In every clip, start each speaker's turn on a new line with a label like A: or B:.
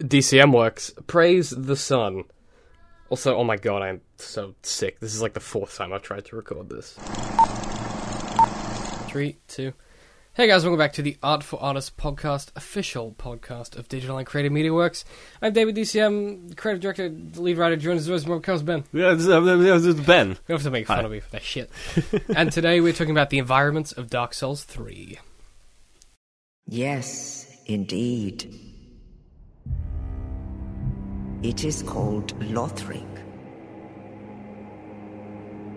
A: DCM works. Praise the sun. Also, oh my god, I'm so sick. This is like the fourth time I've tried to record this. Three, two. Hey guys, welcome back to the Art for Artists podcast, official podcast of Digital and Creative Media Works. I'm David DCM, creative director, lead writer, joined as always by my co-host Ben.
B: Yeah, this, uh, this is Ben.
A: You don't have to make fun
B: Hi.
A: of me for that shit. and today we're talking about the environments of Dark Souls 3.
C: Yes, indeed. It is called Lothric,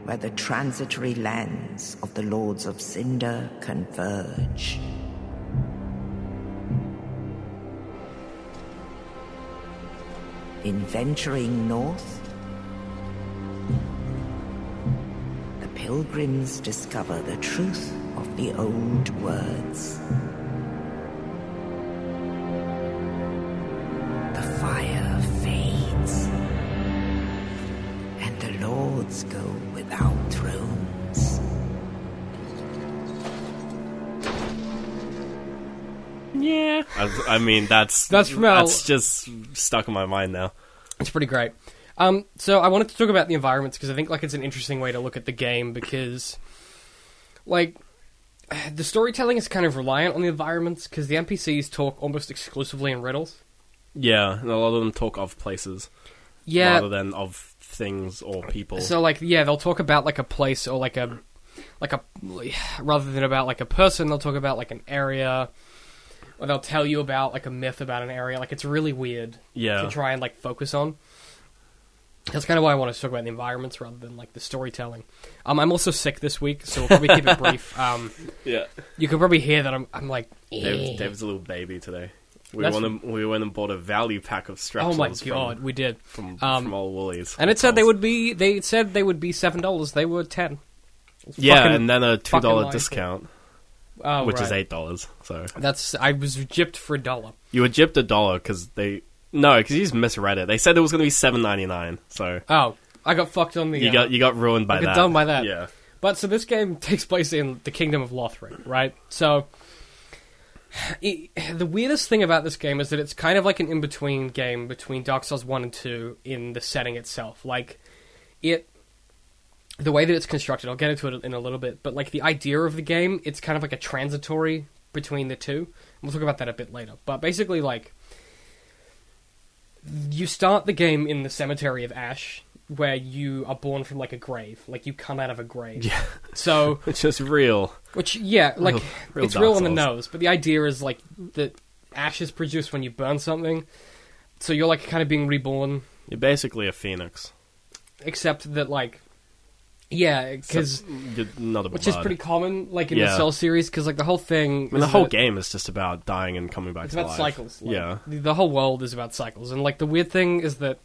C: where the transitory lands of the Lords of Cinder converge. In venturing north, the pilgrims discover the truth of the old words. The fire fades, and the lords go without thrones.
B: Yeah. I, I mean, that's
A: That's from our-
B: that's just stuck in my mind now.
A: It's pretty great. Um, so I wanted to talk about the environments because I think like it's an interesting way to look at the game because, like, the storytelling is kind of reliant on the environments because the NPCs talk almost exclusively in riddles.
B: Yeah, and a lot of them talk of places rather
A: Yeah.
B: than of things or people.
A: So like yeah, they'll talk about like a place or like a like a rather than about like a person, they'll talk about like an area. Or they'll tell you about like a myth about an area. Like it's really weird.
B: yeah,
A: to try and like focus on. That's kind of why I want to talk about the environments rather than like the storytelling. Um, I'm also sick this week, so we'll probably keep it brief. Um,
B: yeah.
A: you can probably hear that I'm I'm like,
B: Dave, Dave's a little baby today. We
A: That's-
B: went and, we went and bought a value pack of strap
A: oh my
B: ons
A: god, we did.
B: from from,
A: Um,
B: from old Woolies,
A: And it said they
B: Wholesale.
A: would be. They said they would be seven dollars. They were ten.
B: yeah,
A: fucking-
B: and then a two
A: fucking
B: dollar
A: lies.
B: discount,
A: Oh,
B: which is
A: right.
B: eight dollars. So
A: That's I was gypped for a dollar.
B: you were gypped a dollar because they no because you just misread it. They said it was going to be seven ninety nine. So
A: Oh, I got fucked on the.
B: you
A: uh,
B: got you got ruined by
A: I got
B: that.
A: done by that.
B: Yeah.
A: But so this game takes place in the kingdom of Lothric, right? So it, the weirdest thing about this game is that it's kind of like an in-between game between Dark Souls 1 and 2 in the setting itself. Like it the way that it's constructed, I'll get into it in a little bit, but like the idea of the game, it's kind of like a transitory between the two. We'll talk about that a bit later. But basically like you start the game in the cemetery of Ash where you are born from like a grave. Like you come out of a grave. Yeah. So
B: It's just real.
A: which yeah, like
B: Real- real
A: it's real
B: Dark
A: on the
B: Souls.
A: nose, but the idea is like that ash is produced when you burn something, so you're like kind of being reborn,
B: You're basically a phoenix.
A: except that like yeah, because
B: You're not a
A: which is
B: bard.
A: pretty common like in the
B: Yeah.
A: Soul series, because like the whole thing,
B: I mean, the
A: is
B: whole
A: that
B: game is just about dying and coming back
A: it's
B: to
A: about
B: life.
A: cycles. like,
B: yeah,
A: the, the whole world is about cycles, and like the weird thing is that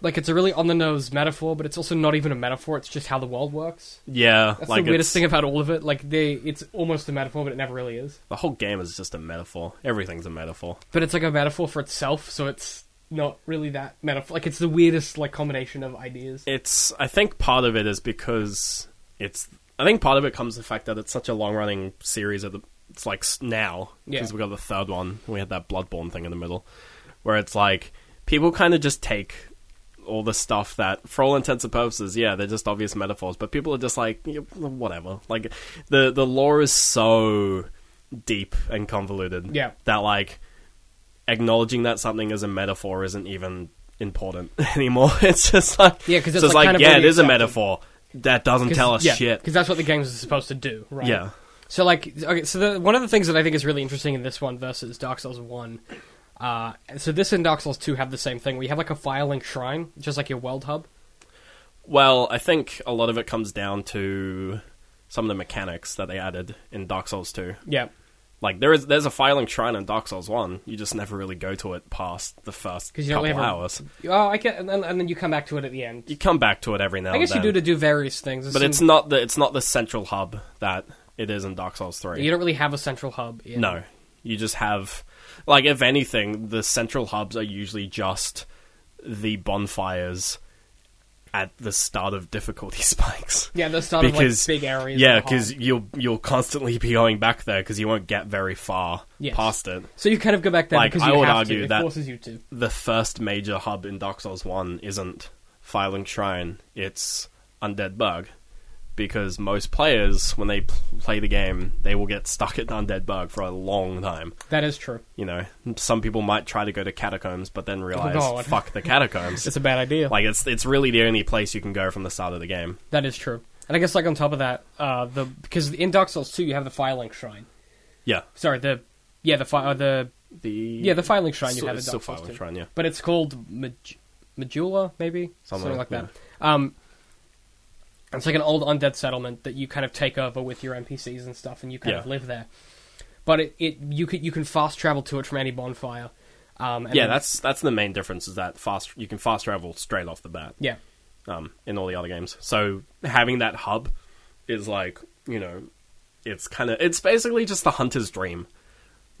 A: like it's a really on the nose metaphor, but it's also not even a metaphor. It's just how the world works.
B: yeah.
A: That's
B: like
A: the weirdest
B: it's-
A: thing about all of it. Like they, it's almost a metaphor, but it never really is.
B: The whole game is just a metaphor. Everything's a metaphor.
A: but it's like a metaphor for itself, so it's not really that metaphor. Like it's the weirdest like combination of ideas.
B: It's. I think part of it is because it's. I think part of it comes the fact that it's such a long running series. At the it's like s- now
A: Yeah.
B: because we got the third one. We had that Bloodborne thing in the middle, where it's like people kind of just take all the stuff that, for all intents and purposes, yeah, they're just obvious metaphors. But people are just like yeah, whatever. Like the the lore is so deep and convoluted.
A: Yeah.
B: that like acknowledging that something is a metaphor isn't even important anymore. It's just like
A: Yeah, 'cause it's
B: so it's
A: like
B: like,
A: kind of
B: yeah,
A: already
B: it is a
A: accepted.
B: metaphor that doesn't tell us shit.
A: because that's what the games are supposed to do, right?
B: Yeah,
A: So like, okay, so the, one of the things that I think is really interesting in this one versus Dark Souls One, uh, so this and Dark Souls Two have the same thing. We have like a filing shrine, just like your world hub.
B: well, I think a lot of it comes down to some of the mechanics that they added in Dark Souls Two.
A: Yeah,
B: Like there is there's a filing shrine in Dark Souls One. You just never really go to it past the first
A: 'Cause you don't
B: couple
A: ever-
B: hours.
A: oh, I get, and, then- and then you come back to it at the end.
B: You come back to it every now.
A: I guess you
B: and
A: do
B: then.
A: to do various things,
B: but it's not the it's not the central hub that it is in Dark Souls Three.
A: you don't really have a central hub. In,
B: No, you just have like if anything, the central hubs are usually just the bonfires at the start of difficulty spikes.
A: Yeah, those start
B: Because
A: of like big areas.
B: yeah,
A: of the
B: because
A: hall.
B: you'll you'll constantly be going back there because you won't get very far
A: Yes.
B: past it.
A: so you kind of go back there
B: like,
A: because you
B: I would
A: have
B: argue
A: to. It
B: that-
A: forces you to.
B: The first major hub in Dark Souls One isn't Filing Shrine; it's Undead Bug, because most players when they p- play the game, they will get stuck at Undead Bug for a long time.
A: That is true.
B: You know, some people might try to go to catacombs, but then realize,
A: Oh, God.
B: fuck the catacombs.
A: It's a bad idea.
B: like it's it's really the only place you can go from the start of the game.
A: that is true. And I guess like on top of that, uh, the because in Dark Souls two you have the Fire Link Shrine.
B: Yeah,
A: Sorry, the yeah the fi- uh, the
B: the
A: yeah the Fire Link Shrine you
B: So-
A: have in
B: it's still
A: Dark Souls
B: Fire
A: two.
B: Link Shrine, yeah.
A: But it's called Maj- Majula, maybe something,
B: Something,
A: like that.
B: yeah.
A: Um, it's like an old undead settlement that you kind of take over with your NPCs and stuff, and you kind
B: Yeah.
A: of live there. But it, it you can you can fast travel to it from any bonfire. Um, and
B: yeah,
A: then-
B: that's that's the main difference is that fast you can fast travel straight off the bat.
A: yeah.
B: Um, in all the other games, so having that hub is like you know, it's kind of it's basically just the hunter's dream.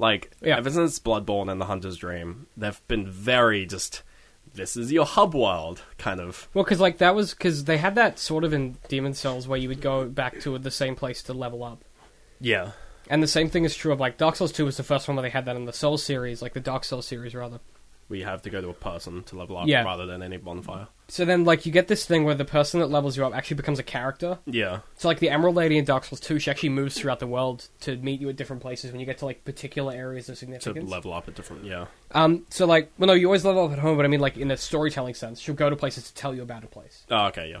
B: Like
A: Yeah.
B: ever since Bloodborne and the Hunter's Dream, they've been very just this is your hub world kind of.
A: Well, because like that was because they had that sort of in Demon Souls where you would go back to the same place to level up,
B: Yeah,
A: and the same thing is true of like Dark Souls Two was the first one where they had that in the Soul series, like the Dark Souls series rather.
B: we have to go to a person to level up
A: Yeah.
B: rather than any bonfire.
A: So then like you get this thing where the person that levels you up actually becomes a character,
B: Yeah,
A: So like the Emerald Lady in Dark Souls 2, she actually moves throughout the world to meet you at different places when you get to like particular areas of
B: to
A: significance.
B: level up at different. Yeah,
A: um, so like, well, no, you always level up at home, but I mean like in a storytelling sense, she'll go to places to tell you about a place.
B: oh, okay, yeah,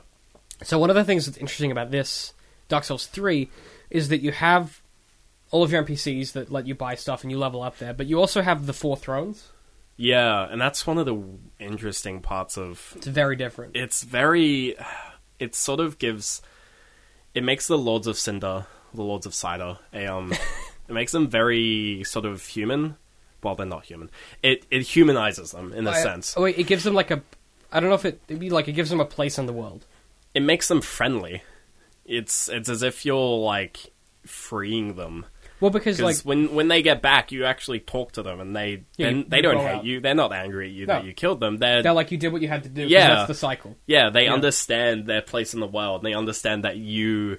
A: So one of the things that's interesting about this Dark Souls 3 is that you have all of your NPCs that let you buy stuff and you level up there, but you also have the four thrones.
B: yeah, and that's one of the interesting parts of
A: It's very different.
B: it's very it sort of gives it makes the lords of cinder the lords of cider a, um it makes them very sort of human well they're not human it it humanizes them in a
A: I-
B: sense
A: Oh, wait, it gives them like a I don't know if it it'd be like it gives them a place in the world.
B: it makes them friendly it's it's as if you're like freeing them
A: Well, because like
B: because when when they get back you actually talk to them and they
A: Yeah,
B: then
A: you-
B: they
A: you
B: don't
A: go
B: hate
A: out.
B: you they're not angry at you that
A: No.
B: you killed them they're,
A: they're like you did what you had to do. 'cause
B: Yeah.
A: that's the cycle.
B: Yeah, they
A: Yeah.
B: understand their place in the world. And they understand that you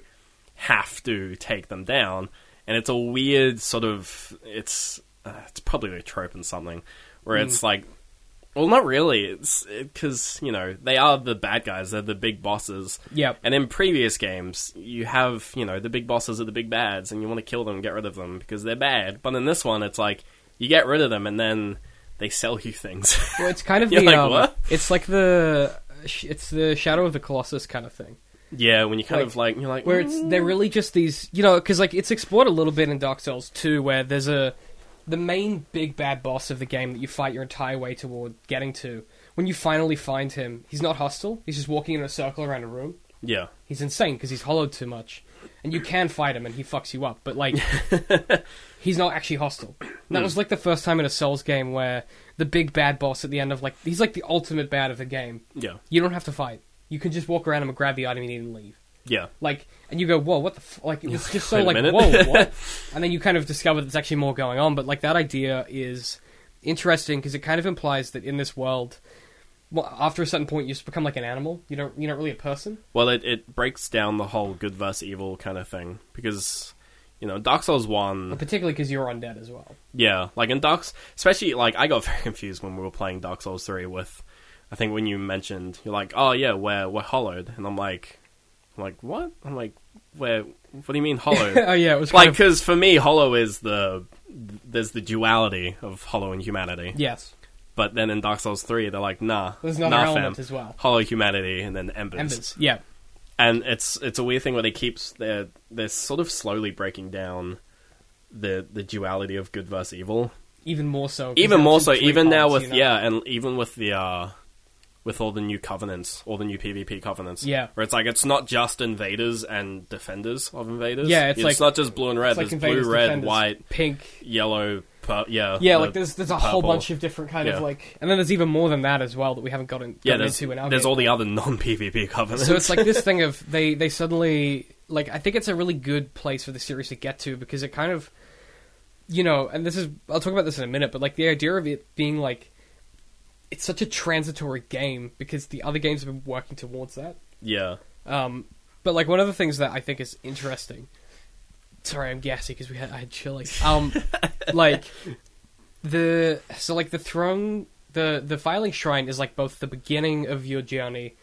B: have to take them down. And it's a weird sort of it's uh, it's probably a trope in something where it's
A: Mm.
B: like, well, not really. It's because you know they are the bad guys. They're the big bosses.
A: Yep.
B: And in previous games, you have you know the big bosses are the big bads, and you want to kill them, and get rid of them because they're bad. But in this one, it's like you get rid of them, and then they sell you things.
A: Well, it's kind of
B: You're
A: the
B: like,
A: um,
B: "What?"
A: it's like the it's the Shadow of the Colossus kind of thing,
B: yeah, when you kind
A: Like,
B: of like you're like
A: where it's they're really just these you know because like it's explored a little bit in Dark Souls 2 where there's a the main big bad boss of the game that you fight your entire way toward getting to. When you finally find him, he's not hostile. He's just walking in a circle around a room.
B: yeah.
A: He's insane because he's hollowed too much, and you can fight him and he fucks you up. But like, he's not actually hostile. And that
B: Hmm.
A: was like the first time in a Souls game where the big bad boss at the end of like he's like the ultimate bad of the game.
B: Yeah.
A: You don't have to fight. You can just walk around him and grab the item you need and leave.
B: Yeah.
A: Like, and you go, whoa, what the f-? like? It was just so
B: Wait a
A: like,
B: minute.
A: whoa, what? and then you kind of discover there's actually more going on. But like that idea is interesting because it kind of implies that in this world, well, after a certain point, you just become like an animal. You don't, you're not really a person.
B: Well, it, it breaks down the whole good versus evil kind of thing because you know Dark Souls
A: But
B: one,
A: particularly because you're undead as well.
B: yeah, like in Dark, S- especially like I got very confused when we were playing Dark Souls three with, I think when you mentioned you're like, oh yeah, we're we're hollowed, and I'm like, I'm like what? I'm like, where? What do you mean hollowed?
A: Oh yeah, it was
B: like
A: kind of-
B: because for me, hollow is the there's the duality of hollow and humanity,
A: yes,
B: but then in Dark Souls three, they're like, nah,
A: There's another
B: nah,
A: element
B: fam.
A: as well.
B: hollow humanity and then embers.
A: embers. Yeah,
B: and it's it's a weird thing where they keeps they're they're sort of slowly breaking down the the duality of good versus evil.
A: even more so. 'cause
B: Even
A: that's
B: more
A: in
B: so,
A: three
B: even now
A: parts,
B: with
A: you know?
B: yeah, and even with the uh with all the new covenants, all the new PvP covenants.
A: Yeah.
B: Where it's like it's not just invaders and defenders of invaders.
A: Yeah, it's like-
B: not just blue and red,
A: it's like
B: there's
A: invaders,
B: blue, red,
A: defenders,
B: white,
A: pink.
B: yellow, pur- yeah.
A: Yeah,
B: the
A: like there's there's a whole
B: purple.
A: bunch of different kind
B: Yeah.
A: of like, and then there's even more than that as well that we haven't gotten,
B: yeah,
A: gotten
B: there's,
A: into in our
B: there's
A: game.
B: all the other non PvP covenants.
A: So it's like this thing of they they suddenly like I think it's a really good place for the series to get to because it kind of you know, and this is I'll talk about this in a minute, but like the idea of it being like it's such a transitory game because the other games have been working towards that.
B: Yeah.
A: Um, but like one of the things that I think is interesting. Sorry, I'm gassy because we had I had chili. Um, like the so like the throne the the filing shrine is like both the beginning of your journey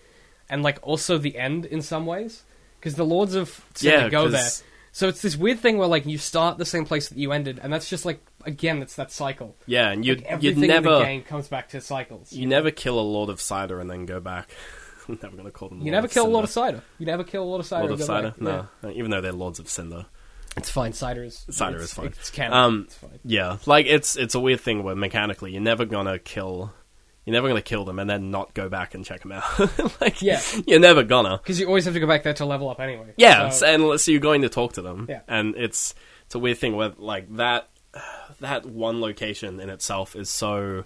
A: and like also the end in some ways because the lords of Senna
B: Yeah,
A: go
B: 'cause-
A: there. So it's this weird thing where like you start the same place that you ended, and that's just like again, it's that cycle.
B: Yeah, and you'd,
A: Like,
B: you'd
A: everything in the
B: never
A: game comes back to cycles.
B: you never kill a Lord of Cider and then go back. I'm never going to call them
A: You
B: Lord
A: never kill a lot of
B: Cinder.
A: cider. You never kill a lot of cider.
B: Lord of
A: They're
B: Cider?
A: like- yeah.
B: No. Uh, Even though they're Lords of Cinder.
A: It's fine. Cider is
B: Cider
A: it's-
B: is fine.
A: It's canon.
B: Um,
A: it's fine.
B: Yeah, like it's it's a weird thing where mechanically you're never gonna kill, you're never gonna kill them and then not go back and check them out. like,
A: Yeah.
B: you're never gonna.
A: Because you always have to go back there to level up anyway.
B: Yeah, uh,
A: So-
B: so, and so you're going to talk to them.
A: Yeah.
B: and it's it's a weird thing where like that that one location in itself is so.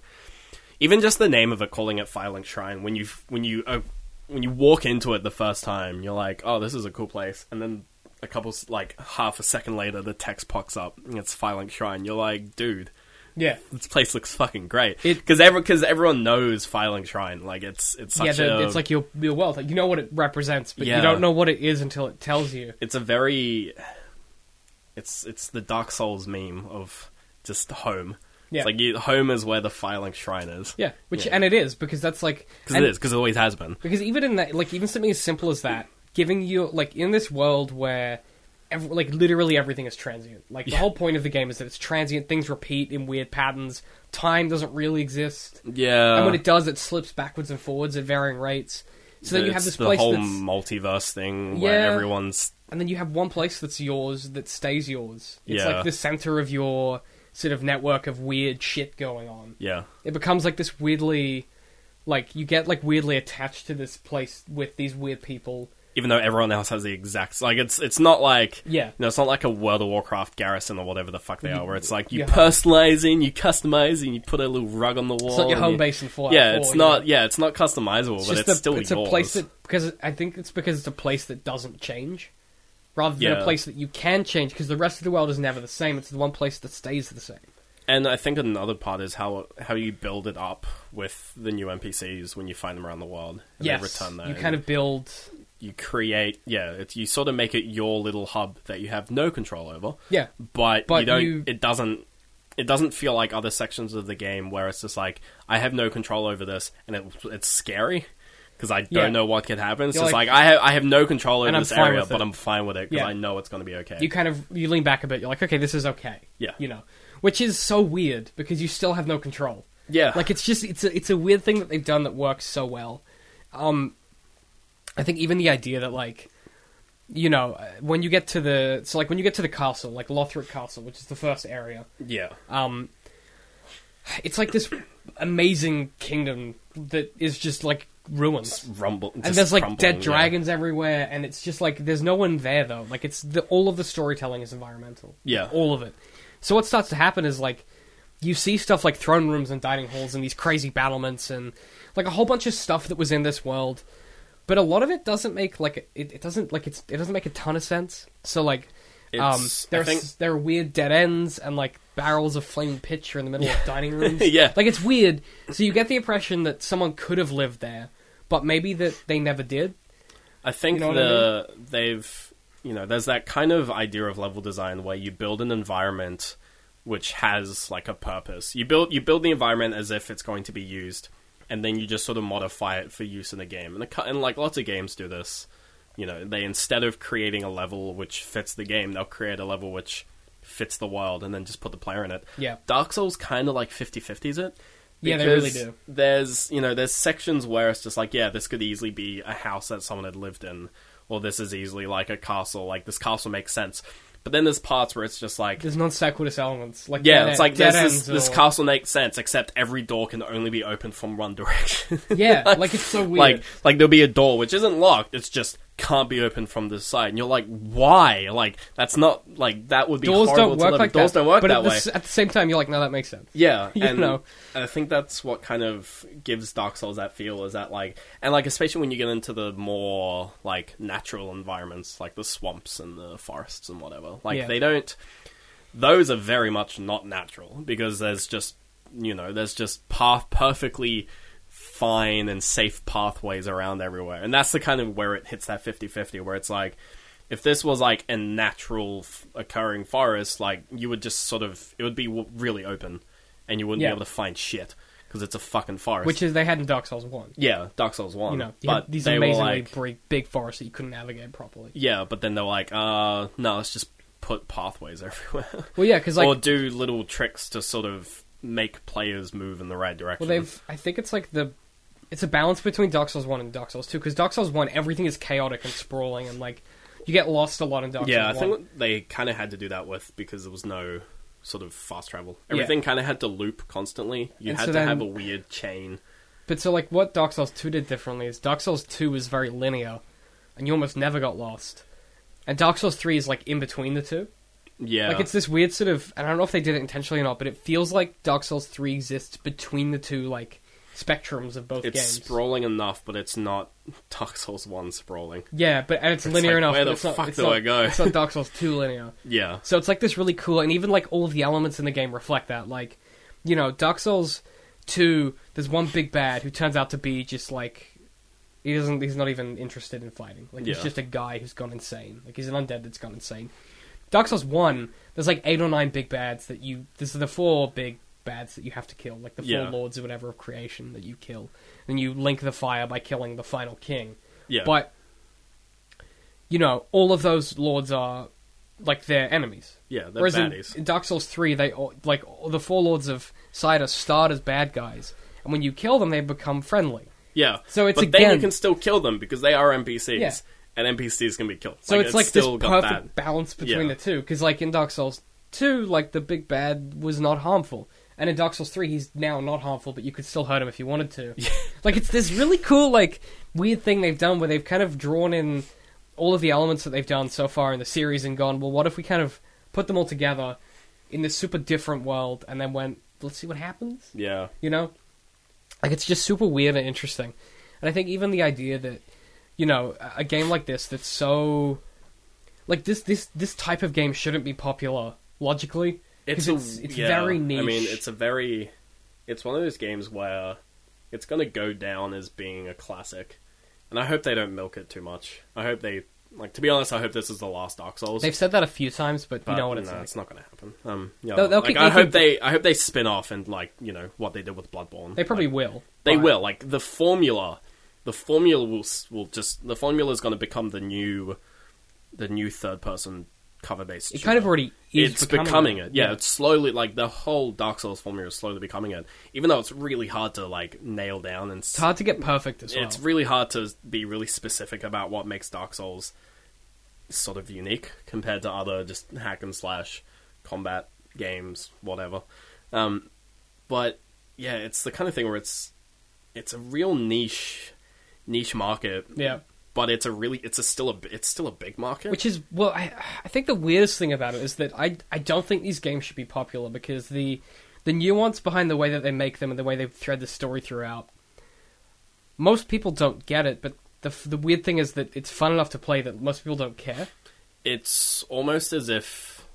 B: Even just the name of it, calling it Firelink Shrine, when you when you uh, when you walk into it the first time, you're like, oh, this is a cool place, and then. A couple, s- like half a second later, the text pops up. And it's Firelink Shrine. You're like, dude,
A: yeah.
B: this place looks fucking great
A: It-
B: because every, cause everyone knows filing shrine like it's it's such
A: yeah, the,
B: a
A: it's like your your wealth. Like, you know what it represents, but you
B: Yeah.
A: don't know what it is until it tells you.
B: it's a very it's it's the dark souls meme of just home
A: Yeah.
B: it's like you, home is where the filing shrine is
A: Yeah, which
B: Yeah.
A: and it is because that's like
B: because
A: and-
B: it is because it always has been
A: Because even in that, like, even something as simple as that, giving you, like, in this world where, ev- like, literally everything is transient. Like, the
B: Yeah.
A: whole point of the game is that it's transient, things repeat in weird patterns, time doesn't really exist.
B: yeah
A: and when it does, it slips backwards and forwards at varying rates. So then you have
B: It's
A: this
B: the
A: place
B: whole
A: that's.
B: multiverse thing where
A: Yeah.
B: everyone's
A: and then you have one place that's yours that stays yours. It's
B: Yeah.
A: like the center of your sort of network of weird shit going on
B: yeah
A: it becomes like this weirdly like you get like weirdly attached to this place with these weird people
B: even though everyone else has the exact like it's it's not like
A: Yeah.
B: no it's not like a World of Warcraft garrison or whatever the fuck they are where it's like you
A: Yeah.
B: personalize in you customize and you put a little rug on the wall
A: it's not your
B: and
A: home
B: you-
A: base in Fallout
B: yeah
A: 4,
B: it's
A: you
B: not
A: know?
B: yeah it's not customizable but it's
A: the-
B: still
A: it's
B: yours
A: a place that because I think it's because it's a place that doesn't change rather than a
B: Yeah.
A: place that you can change because the rest of the world is never the same it's the one place that stays the same
B: and I think another part is how how you build it up with the new NPCs when you find them around the world and
A: yes
B: they return there
A: you
B: and
A: kind of build
B: you create yeah it's, you sort of make it your little hub that you have no control over
A: yeah
B: but,
A: But
B: you don't
A: you-
B: it doesn't it doesn't feel like other sections of the game where it's just like I have no control over this and it, it's scary because I don't
A: Yeah.
B: know what could happen. It's
A: You're
B: just
A: like-
B: like, I have I have no control over
A: And I'm
B: this
A: fine
B: area,
A: with it.
B: but I'm fine with it because
A: Yeah.
B: I know it's going to be okay.
A: you kind of you lean back a bit you're like okay this is okay
B: Yeah.
A: you know which is so weird because you still have no control
B: yeah,
A: like it's just it's a, it's a weird thing that they've done that works so well um i think even the idea that like you know uh, when you get to the so like when you get to the castle like lothric castle which is the first area
B: yeah,
A: um it's like this amazing kingdom that is just like ruins
B: rumble
A: and
B: just
A: there's like
B: crumbling,
A: dead
B: yeah.
A: dragons everywhere and it's just like there's no one there though like it's the, all of the storytelling is environmental
B: Yeah.
A: all of it so what starts to happen is like you see stuff like throne rooms and dining halls and these crazy battlements and like a whole bunch of stuff that was in this world but a lot of it doesn't make like it, it doesn't like it's it doesn't make a ton of sense so like um,
B: It's- I
A: there are,
B: think-
A: s- there are weird dead ends and like barrels of flaming pitch are in the middle of dining rooms.
B: Yeah.
A: like it's weird. So you get the impression that someone could have lived there, but maybe that they never did.
B: I
A: You
B: think
A: know what I
B: the they've you know there's that kind of idea of level design where you build an environment which has like a purpose. You build you build the environment as if it's going to be used, and then you just sort of modify it for use in a game. And, the, cu- and like lots of games do this. You know, they instead of creating a level which fits the game, they'll create a level which fits the world and then just put the player in it.
A: Yeah.
B: Dark Souls kind of like 50-50s it.
A: Yeah, they really
B: because
A: do.
B: There's you know there's sections where it's just like yeah this could easily be a house that someone had lived in, or this is easily like a castle. Like this castle makes sense, but then there's parts where it's just like
A: There's non sequitur elements. Like
B: yeah
A: dead
B: it's
A: en-
B: like
A: dead
B: this this,
A: ends
B: this
A: or-
B: castle makes sense except every door can only be opened from one direction.
A: Yeah, like it's so weird.
B: like like there'll be a door which isn't locked. It's just can't be opened from this side, and you're like, why? Like that's not like that would be
A: doors
B: horrible
A: don't
B: to
A: work
B: live-
A: like
B: doors
A: that.
B: don't work
A: but
B: that
A: at the,
B: way.
A: s- at the same time, you're like, no, that makes sense.
B: Yeah,
A: You
B: and
A: know.
B: I think that's what kind of gives Dark Souls that feel is that like, and like especially when you get into the more like natural environments, like the swamps and the forests and whatever. Like
A: Yeah.
B: they don't; those are very much not natural because there's just you know there's just path perfectly fine and safe pathways around everywhere. And that's the kind of where it hits that 50-50 where it's like if this was like a natural f- occurring forest, like you would just sort of it would be w- really open and you wouldn't
A: Yeah.
B: be able to find shit because it's a fucking forest.
A: which is they had in Dark Souls One.
B: yeah, Dark Souls 1.
A: You know, you
B: but
A: had these
B: they
A: amazingly
B: were like
A: big, big forests that you couldn't navigate properly.
B: yeah, but then they were like uh no, let's just put pathways everywhere.
A: Well, yeah, because like
B: or do little tricks to sort of make players move in the right direction.
A: Well, they've. I think it's like the. It's a balance between Dark Souls One and Dark Souls Two because Dark Souls One everything is chaotic and sprawling and like you get lost a lot in Dark
B: yeah, I
A: Souls One.
B: think they kind of had to do that with because there was no sort of fast travel. Everything kind of had to loop constantly. You
A: And
B: had
A: so
B: to
A: then-
B: have a weird chain.
A: But so like what Dark Souls Two did differently is Dark Souls Two was very linear, and you almost never got lost. And Dark Souls Three is like in between the two.
B: Yeah,
A: Like it's this weird sort of. And I don't know if they did it intentionally or not, but it feels like Dark Souls Three exists between the two like spectrums of both
B: it's
A: games.
B: sprawling enough, but it's not Dark Souls One sprawling.
A: yeah, but and it's, linear
B: like,
A: enough. but
B: where the
A: it's not-
B: fuck
A: it's
B: do
A: not-
B: I go?
A: It's not Dark Souls Two linear.
B: Yeah,
A: So it's like this really cool, and even like all of the elements in the game reflect that. Like, you know, Dark Souls two, there's one big bad who turns out to be just like he doesn't. He's not even interested in fighting. Like he's
B: Yeah.
A: just a guy who's gone insane. Like he's an undead that's gone insane. Dark Souls one, there's like eight or nine big bads that you. This is the four big bads that you have to kill, like the four
B: Yeah.
A: lords or whatever of creation that you kill. Then you link the fire by killing the final king.
B: yeah,
A: But you know, all of those lords are like their enemies.
B: yeah, they're
A: Whereas in-
B: baddies.
A: In, Dark Souls three, they all, like all the four lords of Sidar start as bad guys, and when you kill them, they become friendly.
B: yeah,
A: so it's
B: but then
A: again-
B: you can still kill them because they are NPCs,
A: Yeah.
B: and NPCs can be killed.
A: So it's, like
B: still
A: this
B: got
A: perfect
B: that.
A: balance between the
B: Yeah.
A: two, because like in Dark Souls two, like the big bad was not harmful. And in Dark Souls three, he's now not harmful, but you could still hurt him if you wanted to. like it's this really cool, like weird thing they've done where they've kind of drawn in all of the elements that they've done so far in the series and gone, well, what if we kind of put them all together in this super different world, and then went, let's see what happens.
B: Yeah,
A: You know? Like, it's just super weird and interesting. And I think even the idea that, you know, a- a game like this that's so. Like, this, this, this type of game shouldn't be popular, logically. 'cause
B: it's a,
A: it's, it's
B: yeah,
A: very niche.
B: I mean, it's a very it's one of those games where it's going to go down as being a classic, and I hope they don't milk it too much. I hope they like to be honest. I hope this is the last Dark Souls.
A: They've said that a few times, but,
B: but
A: you know what it's
B: no,
A: like.
B: it's not going to happen. Um, yeah,
A: They'll- they'll
B: like,
A: keep-
B: I
A: they'll
B: hope
A: keep-
B: they I hope they spin off and like you know what they did with Bloodborne.
A: They probably
B: Like,
A: will.
B: they
A: but-
B: will like the formula. The formula will s- will just the formula is going to become the new the new third person cover based.
A: It kind of already is
B: it's becoming, it. Yeah, it's slowly like the whole Dark Souls formula is slowly becoming it. Even though it's really hard to like nail down and
A: It's hard to get perfect as well.
B: it's really hard to be really specific about what makes Dark Souls sort of unique compared to other just hack and slash combat games, whatever. Um, but yeah, it's the kind of thing where it's it's a real niche niche market.
A: Yeah.
B: but it's a really it's a still a it's still a big market.
A: Which is well, I I think the weirdest thing about it is that I I don't think these games should be popular because the the nuance behind the way that they make them and the way they thread the story throughout. Most people don't get it, but the f- the weird thing is that it's fun enough to play that most people don't care.
B: it's almost as if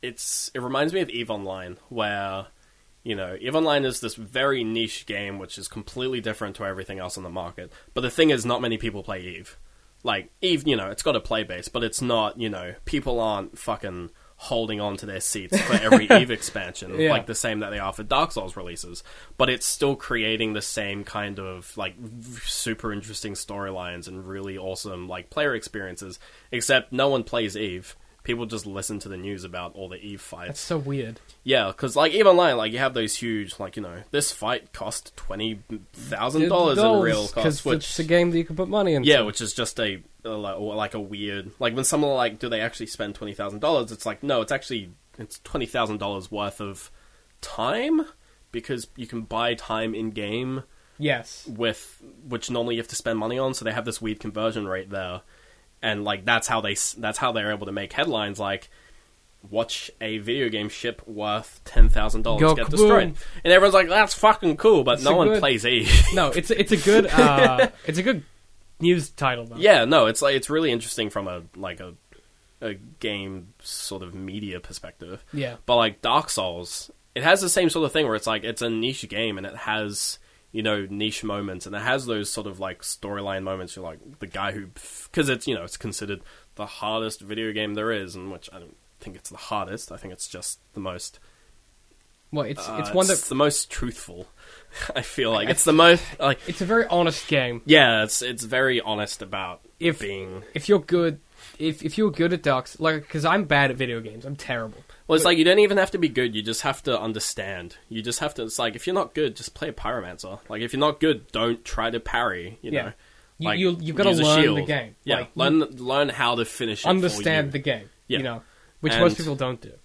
B: it's it reminds me of Eve Online where you know Eve Online is this very niche game which is completely different to everything else on the market but the thing is not many people play Eve like Eve you know it's got a play base but it's not you know people aren't fucking holding on to their seats for every Eve expansion
A: Yeah.
B: like the same that they are for Dark Souls releases but it's still creating the same kind of like v- super interesting storylines and really awesome like player experiences except no one plays Eve people just listen to the news about all the Eve
A: That's
B: fights
A: so weird.
B: yeah, because like even online, like you have those huge, like you know, this fight cost twenty thousand dollars in real cost,
A: because
B: which
A: it's a game that you can put money in.
B: yeah, which is just a uh, like- or like a weird like when someone like do they actually spend twenty thousand dollars? It's like no, it's actually it's twenty thousand dollars worth of time because you can buy time in game
A: Yes.
B: with which normally you have to spend money on. So they have this weird conversion rate there, and like that's how they s- that's how they're able to make headlines like watch a video game ship worth ten thousand
A: Go
B: dollars get destroyed,
A: kaboom.
B: and everyone's like that's fucking cool, but
A: It's
B: no
A: a
B: one
A: good-
B: plays E. Eve.
A: No, it's a- it's a good uh, it's a good news title though.
B: yeah, no, it's like it's really interesting from a like a a game sort of media perspective.
A: Yeah.
B: But like Dark Souls, it has the same sort of thing where it's like it's a niche game and it has you know niche moments, and it has those sort of like storyline moments. You're like the guy who because it's you know it's considered the hardest video game there is, and which I don't think it's the hardest. I think it's just the most.
A: Well, it's
B: uh,
A: it's one that
B: the most truthful. I feel like
A: I-
B: it's the most like
A: it's a very honest game.
B: yeah, it's it's very honest about
A: If-
B: being.
A: If you're good, if if you're good at Darks, like because I'm bad at video games, I'm terrible.
B: Well, it's like you don't even have to be good. You just have to understand. You just have to. It's like if you're not good, just play a pyromancer. Like if you're not good, don't try to parry. You
A: Yeah.
B: know,
A: You-
B: Like,
A: you- you've gotta
B: use a
A: learn the
B: shield.
A: game.
B: Yeah,
A: Like,
B: learn learn how to finish. It
A: Understand the
B: for
A: game,
B: Yeah.
A: you know, which
B: And-
A: most people don't do.
B: you. the.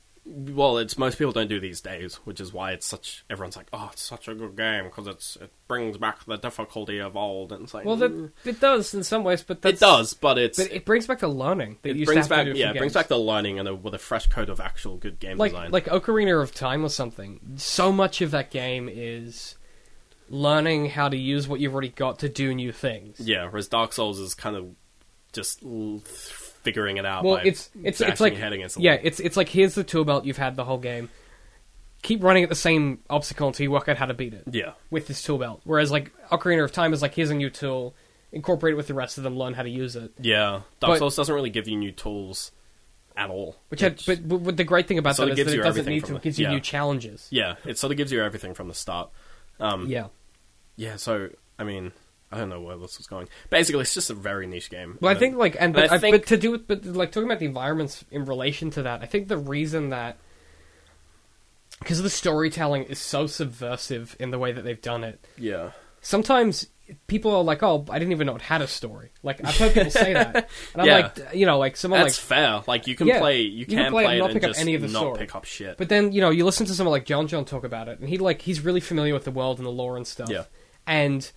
B: Well, it's most people don't do these days, which is why it's such. Everyone's like, oh, it's such a good game because it's it brings back the difficulty of old, and it's like
A: Well,
B: mm,
A: that it does in some ways, but that's,
B: it does, but it's.
A: But it brings back the learning that you
B: it
A: used
B: brings
A: to have
B: back,
A: to do for
B: yeah, it
A: games.
B: brings back the learning and a, with a fresh coat of actual good game
A: like
B: design.
A: like Ocarina of Time or something. So much of that game is learning how to use what you've already got to do new things.
B: Yeah, whereas Dark Souls is kind of just l- figuring it out.
A: Well,
B: by
A: it's it's
B: bashing
A: it's like
B: your head against the
A: yeah,
B: wall.
A: it's it's like here's the tool belt you've had the whole game. Keep running at the same obstacle until you work out how to beat it
B: yeah,
A: with this tool belt. Whereas like Ocarina of Time is like here's a new tool, incorporate it with the rest of them, learn how to use it.
B: yeah. Dark
A: But-
B: Souls doesn't really give you new tools at all.
A: Which had, but, but but the great thing about
B: So
A: that
B: it
A: is
B: gives
A: that it
B: you
A: doesn't
B: everything
A: need to.
B: from
A: It
B: it.
A: gives
B: Yeah.
A: you new challenges.
B: yeah, it sort of gives you everything from the start. Um,
A: Yeah.
B: yeah, So I mean, I don't know where this was going. Basically, it's just a very niche game.
A: Well, I
B: And
A: think like and,
B: and
A: but,
B: I
A: I-
B: think-
A: but to do with but like talking about the environments in relation to that, I think the reason that because the storytelling is so subversive in the way that they've done it,
B: yeah,
A: sometimes people are like, "Oh, I didn't even know it had a story." Like I've heard people say that, and I'm
B: Yeah.
A: like, d- you know, like someone
B: that's
A: like,
B: fair. Like you can
A: Yeah,
B: play, you can, play, it
A: and not
B: and
A: pick up
B: just
A: any of the
B: not
A: story.
B: pick up shit.
A: but then you know, you listen to someone like John John talk about it, and he like he's really familiar with the world and the lore and stuff,
B: Yeah.
A: and.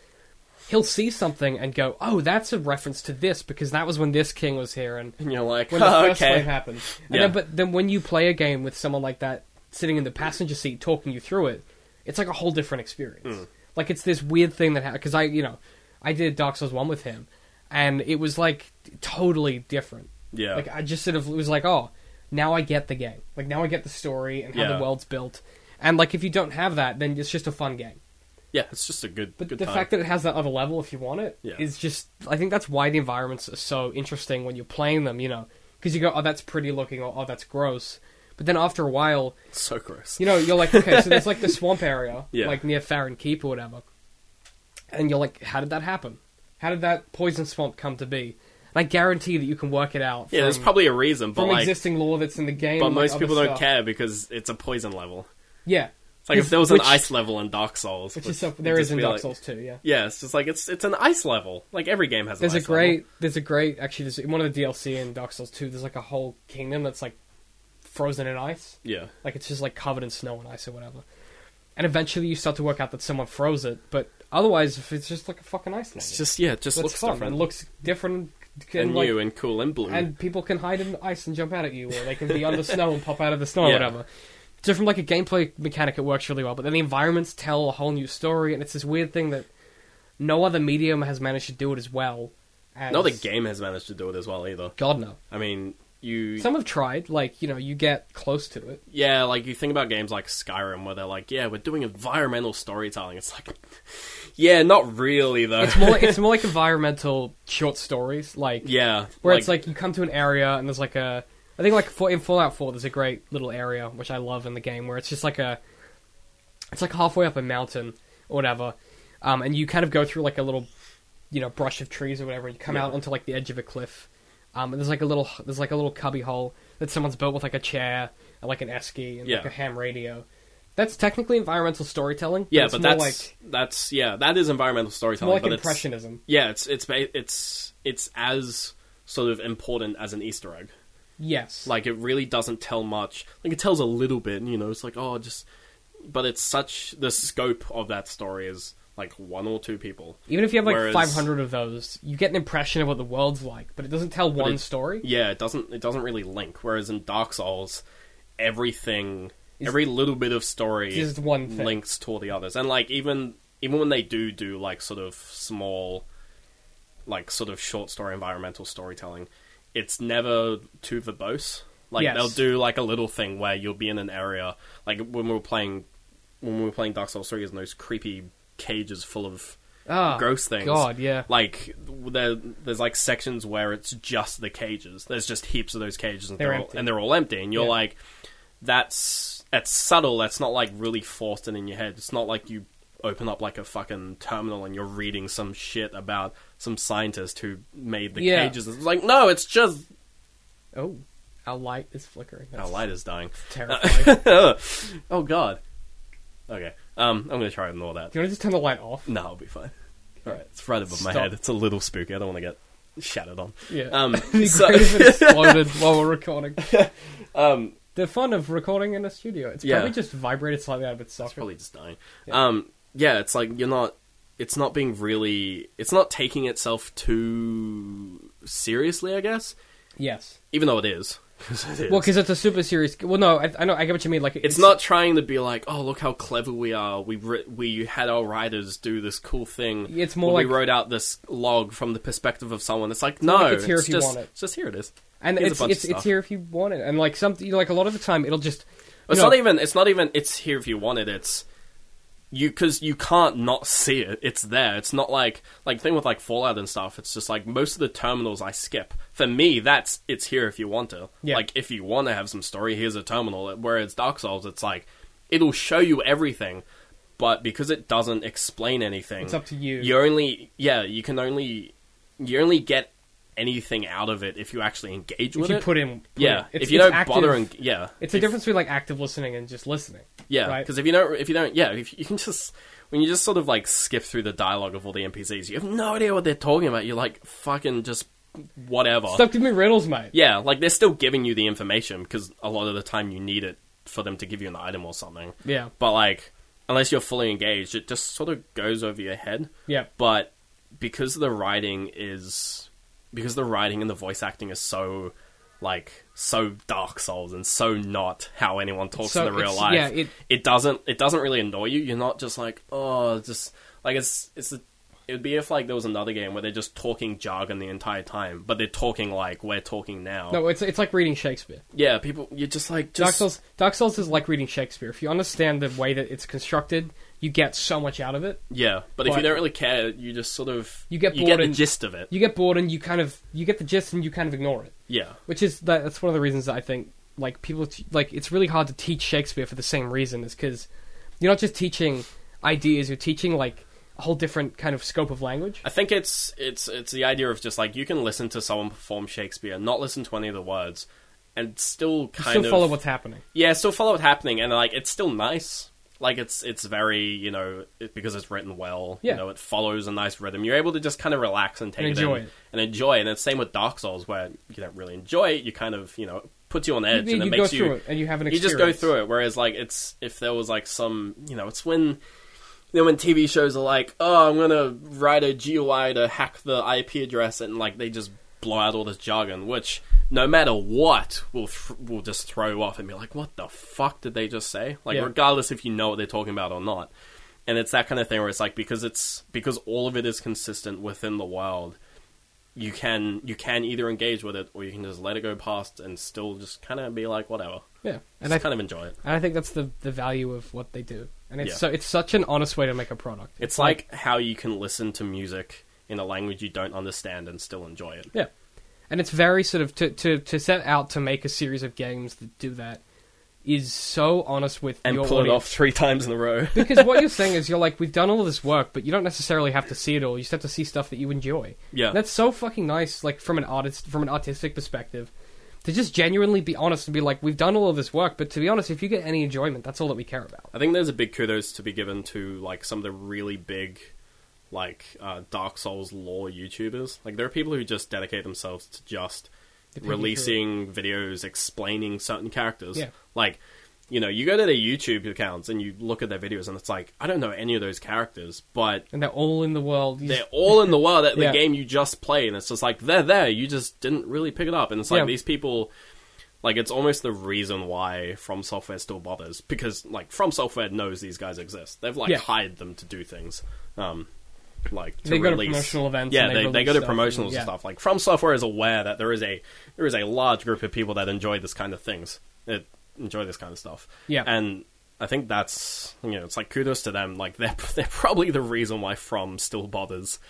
A: He'll see something and go, "Oh, that's a reference to this because that was when this king was here." And
B: and you're like,
A: when the
B: "Oh,
A: first
B: okay,
A: wave happens. And
B: Yeah.
A: then, but then when you play a game with someone like that sitting in the passenger seat talking you through it, it's like a whole different experience.
B: Mm.
A: Like it's this weird thing that happened because I, you know, I did Dark Souls one with him, and it was like totally different.
B: yeah,
A: Like I just sort of was like, oh, now I get the game. Like now I get the story and how
B: Yeah.
A: the world's built. And like if you don't have that, then it's just a fun game.
B: yeah. It's just a good,
A: But
B: good
A: the
B: time.
A: fact that it has that other level, if you want it, is
B: Yeah.
A: just. I think that's why the environments are so interesting when you're playing them. You know, because you go, "Oh, that's pretty looking," or "Oh, that's gross." But then after a while,
B: it's so gross.
A: you know, you're like, "Okay, so there's like the swamp area,
B: Yeah.
A: like near Farron Keep or whatever," and you're like, "How did that happen? How did that poison swamp come to be?" And I guarantee that you can work it out.
B: yeah, there's
A: from-
B: probably a reason, but
A: from
B: like,
A: existing lore that's in the game.
B: but
A: and, like,
B: most
A: other
B: people don't
A: stuff.
B: care because it's a poison level.
A: Yeah,
B: It's like if
A: Is-
B: there was
A: which-
B: an ice level in Dark Souls,
A: which is so,
B: would-
A: there
B: would
A: is
B: just
A: in
B: be
A: Dark
B: like-
A: Souls too. Yeah.
B: Yeah, it's just like it's it's an ice level. Like every game has.
A: There's
B: an
A: a
B: ice
A: great,
B: Level.
A: there's a great. Actually, there's in one of the DLC in Dark Souls 2. There's like a whole kingdom that's like frozen in ice.
B: Yeah,
A: Like it's just like covered in snow and ice or whatever. And eventually, you start to work out that someone froze it. but otherwise, if it's just like a fucking ice,
B: it's
A: nugget,
B: just yeah, it just
A: that's
B: looks
A: fun
B: different
A: and looks different. And,
B: and
A: like,
B: new and cool and blue.
A: and people can hide in ice and jump out at you, or they can be under snow and pop out of the snow or
B: Yeah.
A: whatever. So from like a gameplay mechanic, it works really well. But then the environments tell a whole new story, and it's this weird thing that no other medium has managed to do it as well. As
B: Not the game has managed to do it as well either.
A: God no.
B: I mean, you
A: Some have tried, like you know, you get close to it.
B: yeah, like you think about games like Skyrim where they're like, yeah, we're doing environmental storytelling. It's like, yeah, not really though.
A: It's more, like, it's more like environmental short stories, like
B: yeah,
A: where it's like you come to an area and there's like a. I think like for- in Fallout Four, there's a great little area which I love in the game where it's just like a. It's like halfway up a mountain or whatever, um, and you kind of go through like a little, you know, brush of trees or whatever, and you come
B: Yeah.
A: out onto like the edge of a cliff, um, and there's like a little there's like a little cubby hole that someone's built with like a chair and like an esky and like
B: Yeah.
A: a ham radio. That's technically environmental storytelling.
B: yeah,
A: it's
B: but
A: more
B: that's
A: like
B: that's yeah, that is environmental
A: it's more
B: storytelling.
A: like
B: but it's
A: impressionism.
B: yeah, it's it's ba- it's it's as sort of important as an Easter egg.
A: Yes,
B: Like it really doesn't tell much. Like it tells a little bit, you know. It's like oh, just but it's such the scope of that story is like one or two people.
A: Even if you have like
B: Whereas-
A: 500 of those, you get an impression of what the world's like, but it doesn't tell one
B: it-
A: story.
B: Yeah, it doesn't it doesn't really link. Whereas in Dark Souls, everything,
A: Is-
B: every little bit of story
A: Is one thing.
B: links to all the others. And like even even when they do do like sort of small, like sort of short story environmental storytelling, it's never too verbose. Like
A: Yes.
B: they'll do like a little thing where you'll be in an area, like when we were playing when we were playing Dark Souls three, is those creepy cages full of
A: Ah,
B: gross things.
A: God, yeah.
B: Like there, there's like sections where it's just the cages. There's just heaps of those cages, and
A: They're
B: they're, all,
A: empty.
B: and they're all empty. And you're
A: Yeah.
B: like, that's that's subtle. That's not like really forced and in your head. It's not like you open up like a fucking terminal and you're reading some shit about some scientist who made the
A: Yeah.
B: cages. It's like no, it's just
A: Oh, our light is flickering.
B: our
A: That's
B: light is dying.
A: terrifying.
B: oh god. Okay. Um, I'm gonna try and ignore that.
A: Do you want to just turn the light off?
B: No, I'll be fine. All right, it's right above my
A: Stop.
B: head. It's a little spooky. I don't want to get shattered on.
A: Yeah.
B: Um,
A: The
B: so-
A: great if it exploded while we're recording.
B: um,
A: The fun of recording in a studio. It's
B: Yeah.
A: probably just vibrated slightly out of its socket.
B: it's probably just dying.
A: Yeah.
B: Um, yeah, it's like you're not. It's not being really. It's not taking itself too seriously, I guess.
A: yes.
B: Even though it is, 'cause it is.
A: Well, because it's a super serious. Well, no, I, I know. I get what you mean. Like,
B: it's not trying to be like, oh, look how clever we are. We ri- we had our writers do this cool thing.
A: It's more
B: Or
A: like-
B: we wrote out this log from the perspective of someone. It's like no,
A: like it's here if you
B: just,
A: want it.
B: It's just here it is.
A: And
B: Here's a
A: it's
B: bunch of
A: it's, it's
B: stuff.
A: here if you want it. And like something, you know, like a lot of the time, it'll just.
B: It's
A: you know,
B: not even. It's not even. It's here if you want it. It's you because you can't not see it. It's there. It's not like like thing with like Fallout and stuff. It's just like most of the terminals I skip. For me, that's it's here if you want to.
A: Yeah.
B: Like if you want to have some story, here's a terminal. Whereas Dark Souls, it's like it'll show you everything, but because it doesn't explain anything,
A: It's up to you.
B: You only yeah. You can only you only get anything out of it if you actually engage
A: If
B: with
A: you
B: it.
A: put in. put
B: yeah,
A: in. It's-
B: if you
A: it's
B: don't
A: active-
B: bother and yeah,
A: It's the difference between like active listening and just listening.
B: yeah,
A: Right?
B: because if you don't, if you don't, yeah, if you can just when you just sort of like skip through the dialogue of all the NPCs, you have no idea what they're talking about. You're like fucking just whatever.
A: Stop giving me riddles, mate.
B: Yeah, like they're still giving you the information because a lot of the time you need it for them to give you an item or something.
A: Yeah.
B: But like, unless you're fully engaged, it just sort of goes over your head.
A: Yeah.
B: But because the writing is because the writing and the voice acting is so like so Dark Souls and so not how anyone talks
A: So
B: in the real
A: it's-
B: life.
A: yeah, it-
B: doesn't it doesn't really annoy you. You're not just like oh just like it's it's a, it would be if like there was another game where they're just talking jargon the entire time, but they're talking like we're talking now.
A: No, it's it's like reading Shakespeare.
B: Yeah, people you're just like just
A: Dark Souls, Dark Souls is like reading Shakespeare. If you understand the way that it's constructed, you get so much out of it.
B: Yeah, but if
A: But-
B: you don't really care, you just sort of
A: You get
B: you get
A: bored
B: the
A: and-
B: gist of it.
A: You get bored and you kind of you get the gist and you kind of ignore it,
B: yeah,
A: which is that, that's one of the reasons that I think like people t- like it's really hard to teach Shakespeare for the same reason is because you're not just teaching ideas, you're teaching like a whole different kind of scope of language.
B: I think it's it's it's the idea of just like you can listen to someone perform Shakespeare, not listen to any of the words, and still
A: You
B: kind
A: still
B: of
A: follow what's happening.
B: yeah, still follow what's happening, and like it's still nice. Like it's it's very you know it, because it's written well.
A: Yeah.
B: You know it follows a nice rhythm. You're able to just kind of relax and take
A: And
B: it in
A: enjoy it.
B: and enjoy. It. And it's same with Dark Souls where you don't really enjoy it. You kind of you know it puts you on edge
A: You,
B: and it
A: you go
B: makes
A: through
B: you
A: it and you have an
B: you
A: experience.
B: just go through it. Whereas like it's if there was like some you know it's when you know when TV shows are like oh I'm gonna write a GUI to hack the IP address and like they just blow out all this jargon which no matter what will th- will just throw off and be like what the fuck did they just say like
A: Yeah.
B: regardless if you know what they're talking about or not and it's that kind of thing where it's like because it's because all of it is consistent within the world you can you can either engage with it or you can just let it go past and still just kind of be like whatever
A: Yeah,
B: and
A: and I,
B: I kind of enjoy it.
A: and I think that's the the value of what they do. And it's
B: Yeah.
A: so it's such an honest way to make a product.
B: It's like how you can listen to music in a language you don't understand and still enjoy it.
A: Yeah, and it's very sort of to to, to set out to make a series of games that do that is so honest with
B: And
A: your
B: pull it off
A: audience.
B: three times in a row.
A: because what you're saying is you're like we've done all of this work, but you don't necessarily have to see it all. You just have to see stuff that you enjoy.
B: Yeah.
A: And that's so fucking nice. Like from an artist from an artistic perspective. To just genuinely be honest and be like, we've done all of this work, but to be honest, if you get any enjoyment, that's all that we care about.
B: I think there's a big kudos to be given to like some of the really big like uh, Dark Souls lore YouTubers. Like there are people who just dedicate themselves to just
A: Depending
B: releasing videos explaining certain characters.
A: Yeah.
B: Like you know, you go to their YouTube accounts and you look at their videos and it's like I don't know any of those characters, but
A: And they're all in the world. You
B: they're
A: just-
B: all in the world at the
A: Yeah.
B: game you just played, and it's just like they're there. You just didn't really pick it up, and it's like
A: Yeah.
B: these people, like it's almost the reason why From Software still bothers because like From Software knows these guys exist. They've like
A: Yeah.
B: hired them to do things, um, like to
A: They go to
B: release-
A: promotional events
B: Yeah,
A: and they
B: they,
A: release
B: go to
A: stuff and-
B: promotionals and
A: yeah.
B: stuff. Like From Software is aware that there is a there is a large group of people that enjoy this kind of things. That enjoy this kind of stuff.
A: Yeah.
B: and. I I think that's you know it's like kudos to them. Like they're they're probably the reason why From still bothers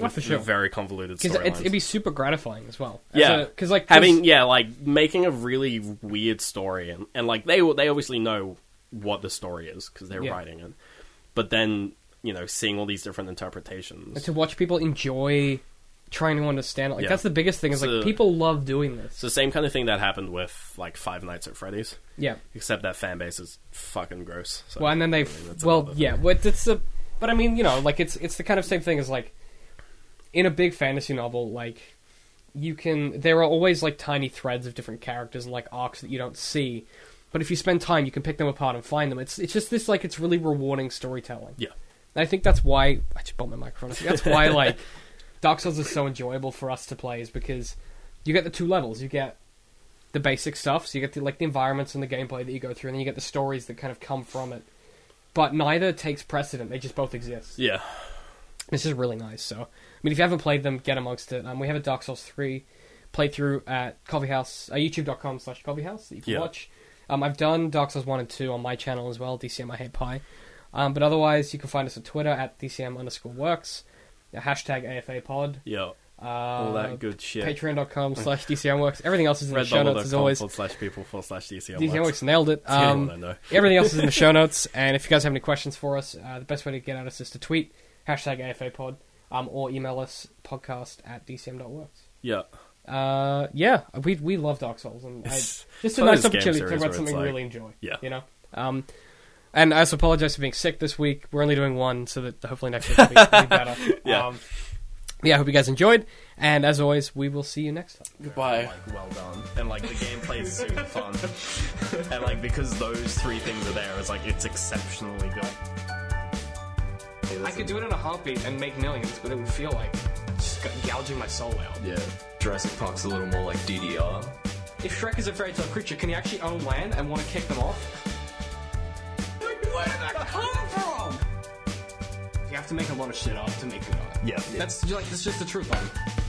A: Oh,
B: with
A: for sure.
B: the very convoluted
A: Because
B: storylines.
A: it'd be super gratifying as well. As
B: yeah,
A: a- cause, like
B: having yeah like making a really weird story and, and like they they obviously know what the story is because they're
A: Yeah.
B: writing it, but then you know seeing all these different interpretations.
A: to watch people enjoy trying to understand it. Like
B: Yeah.
A: that's the biggest thing. Is like
B: So-
A: people love doing this.
B: It's the same kind of thing that happened with like Five Nights at Freddy's,
A: yeah.
B: except that fan base is fucking gross. So,
A: Well, and then
B: I
A: they.
B: mean, that's
A: Well,
B: another thing.
A: yeah. Well, it's- it's a. But I mean, you know, like it's it's the kind of same thing as like in a big fantasy novel, like you can there are always like tiny threads of different characters and like arcs that you don't see. But if you spend time, you can pick them apart and find them. It's it's just this like it's really rewarding storytelling.
B: yeah.
A: And I think that's why I just bumped my microphone. I think that's why like Dark Souls is so enjoyable for us to play is because you get the two levels. You get the basic stuff, so you get the like the environments and the gameplay that you go through, and then you get the stories that kind of come from it. But neither takes precedent; they just both exist.
B: Yeah.
A: This is really nice. So, I mean, if you haven't played them, get amongst it. Um, we have a Dark Souls three playthrough at Coffee House, uh, YouTube.com slash Coffee House that you can
B: Yeah.
A: watch. Um, I've done Dark Souls one and two on my channel as well, DCM I Hate Pie. Um, but otherwise, you can find us on Twitter at DCM underscore Works, uh, hashtag AFA Pod,
B: Yeah.
A: uh,
B: All that good shit.
A: Patreon.com slash DCM Works. Everything else is in the show notes as
B: Redbubble.com
A: always.
B: forward slash people forward slash DCL.
A: DCM Works nailed it.
B: the only
A: Um,
B: one I know.
A: everything else is in the show notes. And if you guys have any questions for us, uh, the best way to get at us is to tweet hashtag AFA Pod um, or email us podcast at DCM.works.
B: Yeah.
A: Uh, yeah, we we love Dark Souls, and I,
B: It's-
A: just
B: it's
A: a
B: one of
A: nice
B: those game
A: opportunity to talk
B: series
A: about
B: where it's
A: something we
B: like-
A: really enjoy.
B: Yeah.
A: you know. Um, and I also apologize for being sick this week. We're only doing one, so that hopefully next week will be, will be better.
B: Yeah.
A: Um, yeah, I hope you guys enjoyed, and as always, we will see you next time.
B: Goodbye. Like, well done. And like the gameplay is super fun. and like because those three things are there, it's like it's exceptionally good.
A: I could do it in a heartbeat and make millions, but it would feel like just gouging my soul out.
D: Yeah, Jurassic Park's a little more like DDR.
A: If Shrek is a fairy tale creature, can he actually own land and want to kick them off?
D: Where did that come from?
A: You have to make a lot of shit up to make it up.
B: Yeah.
A: That's like that's just the truth. Buddy.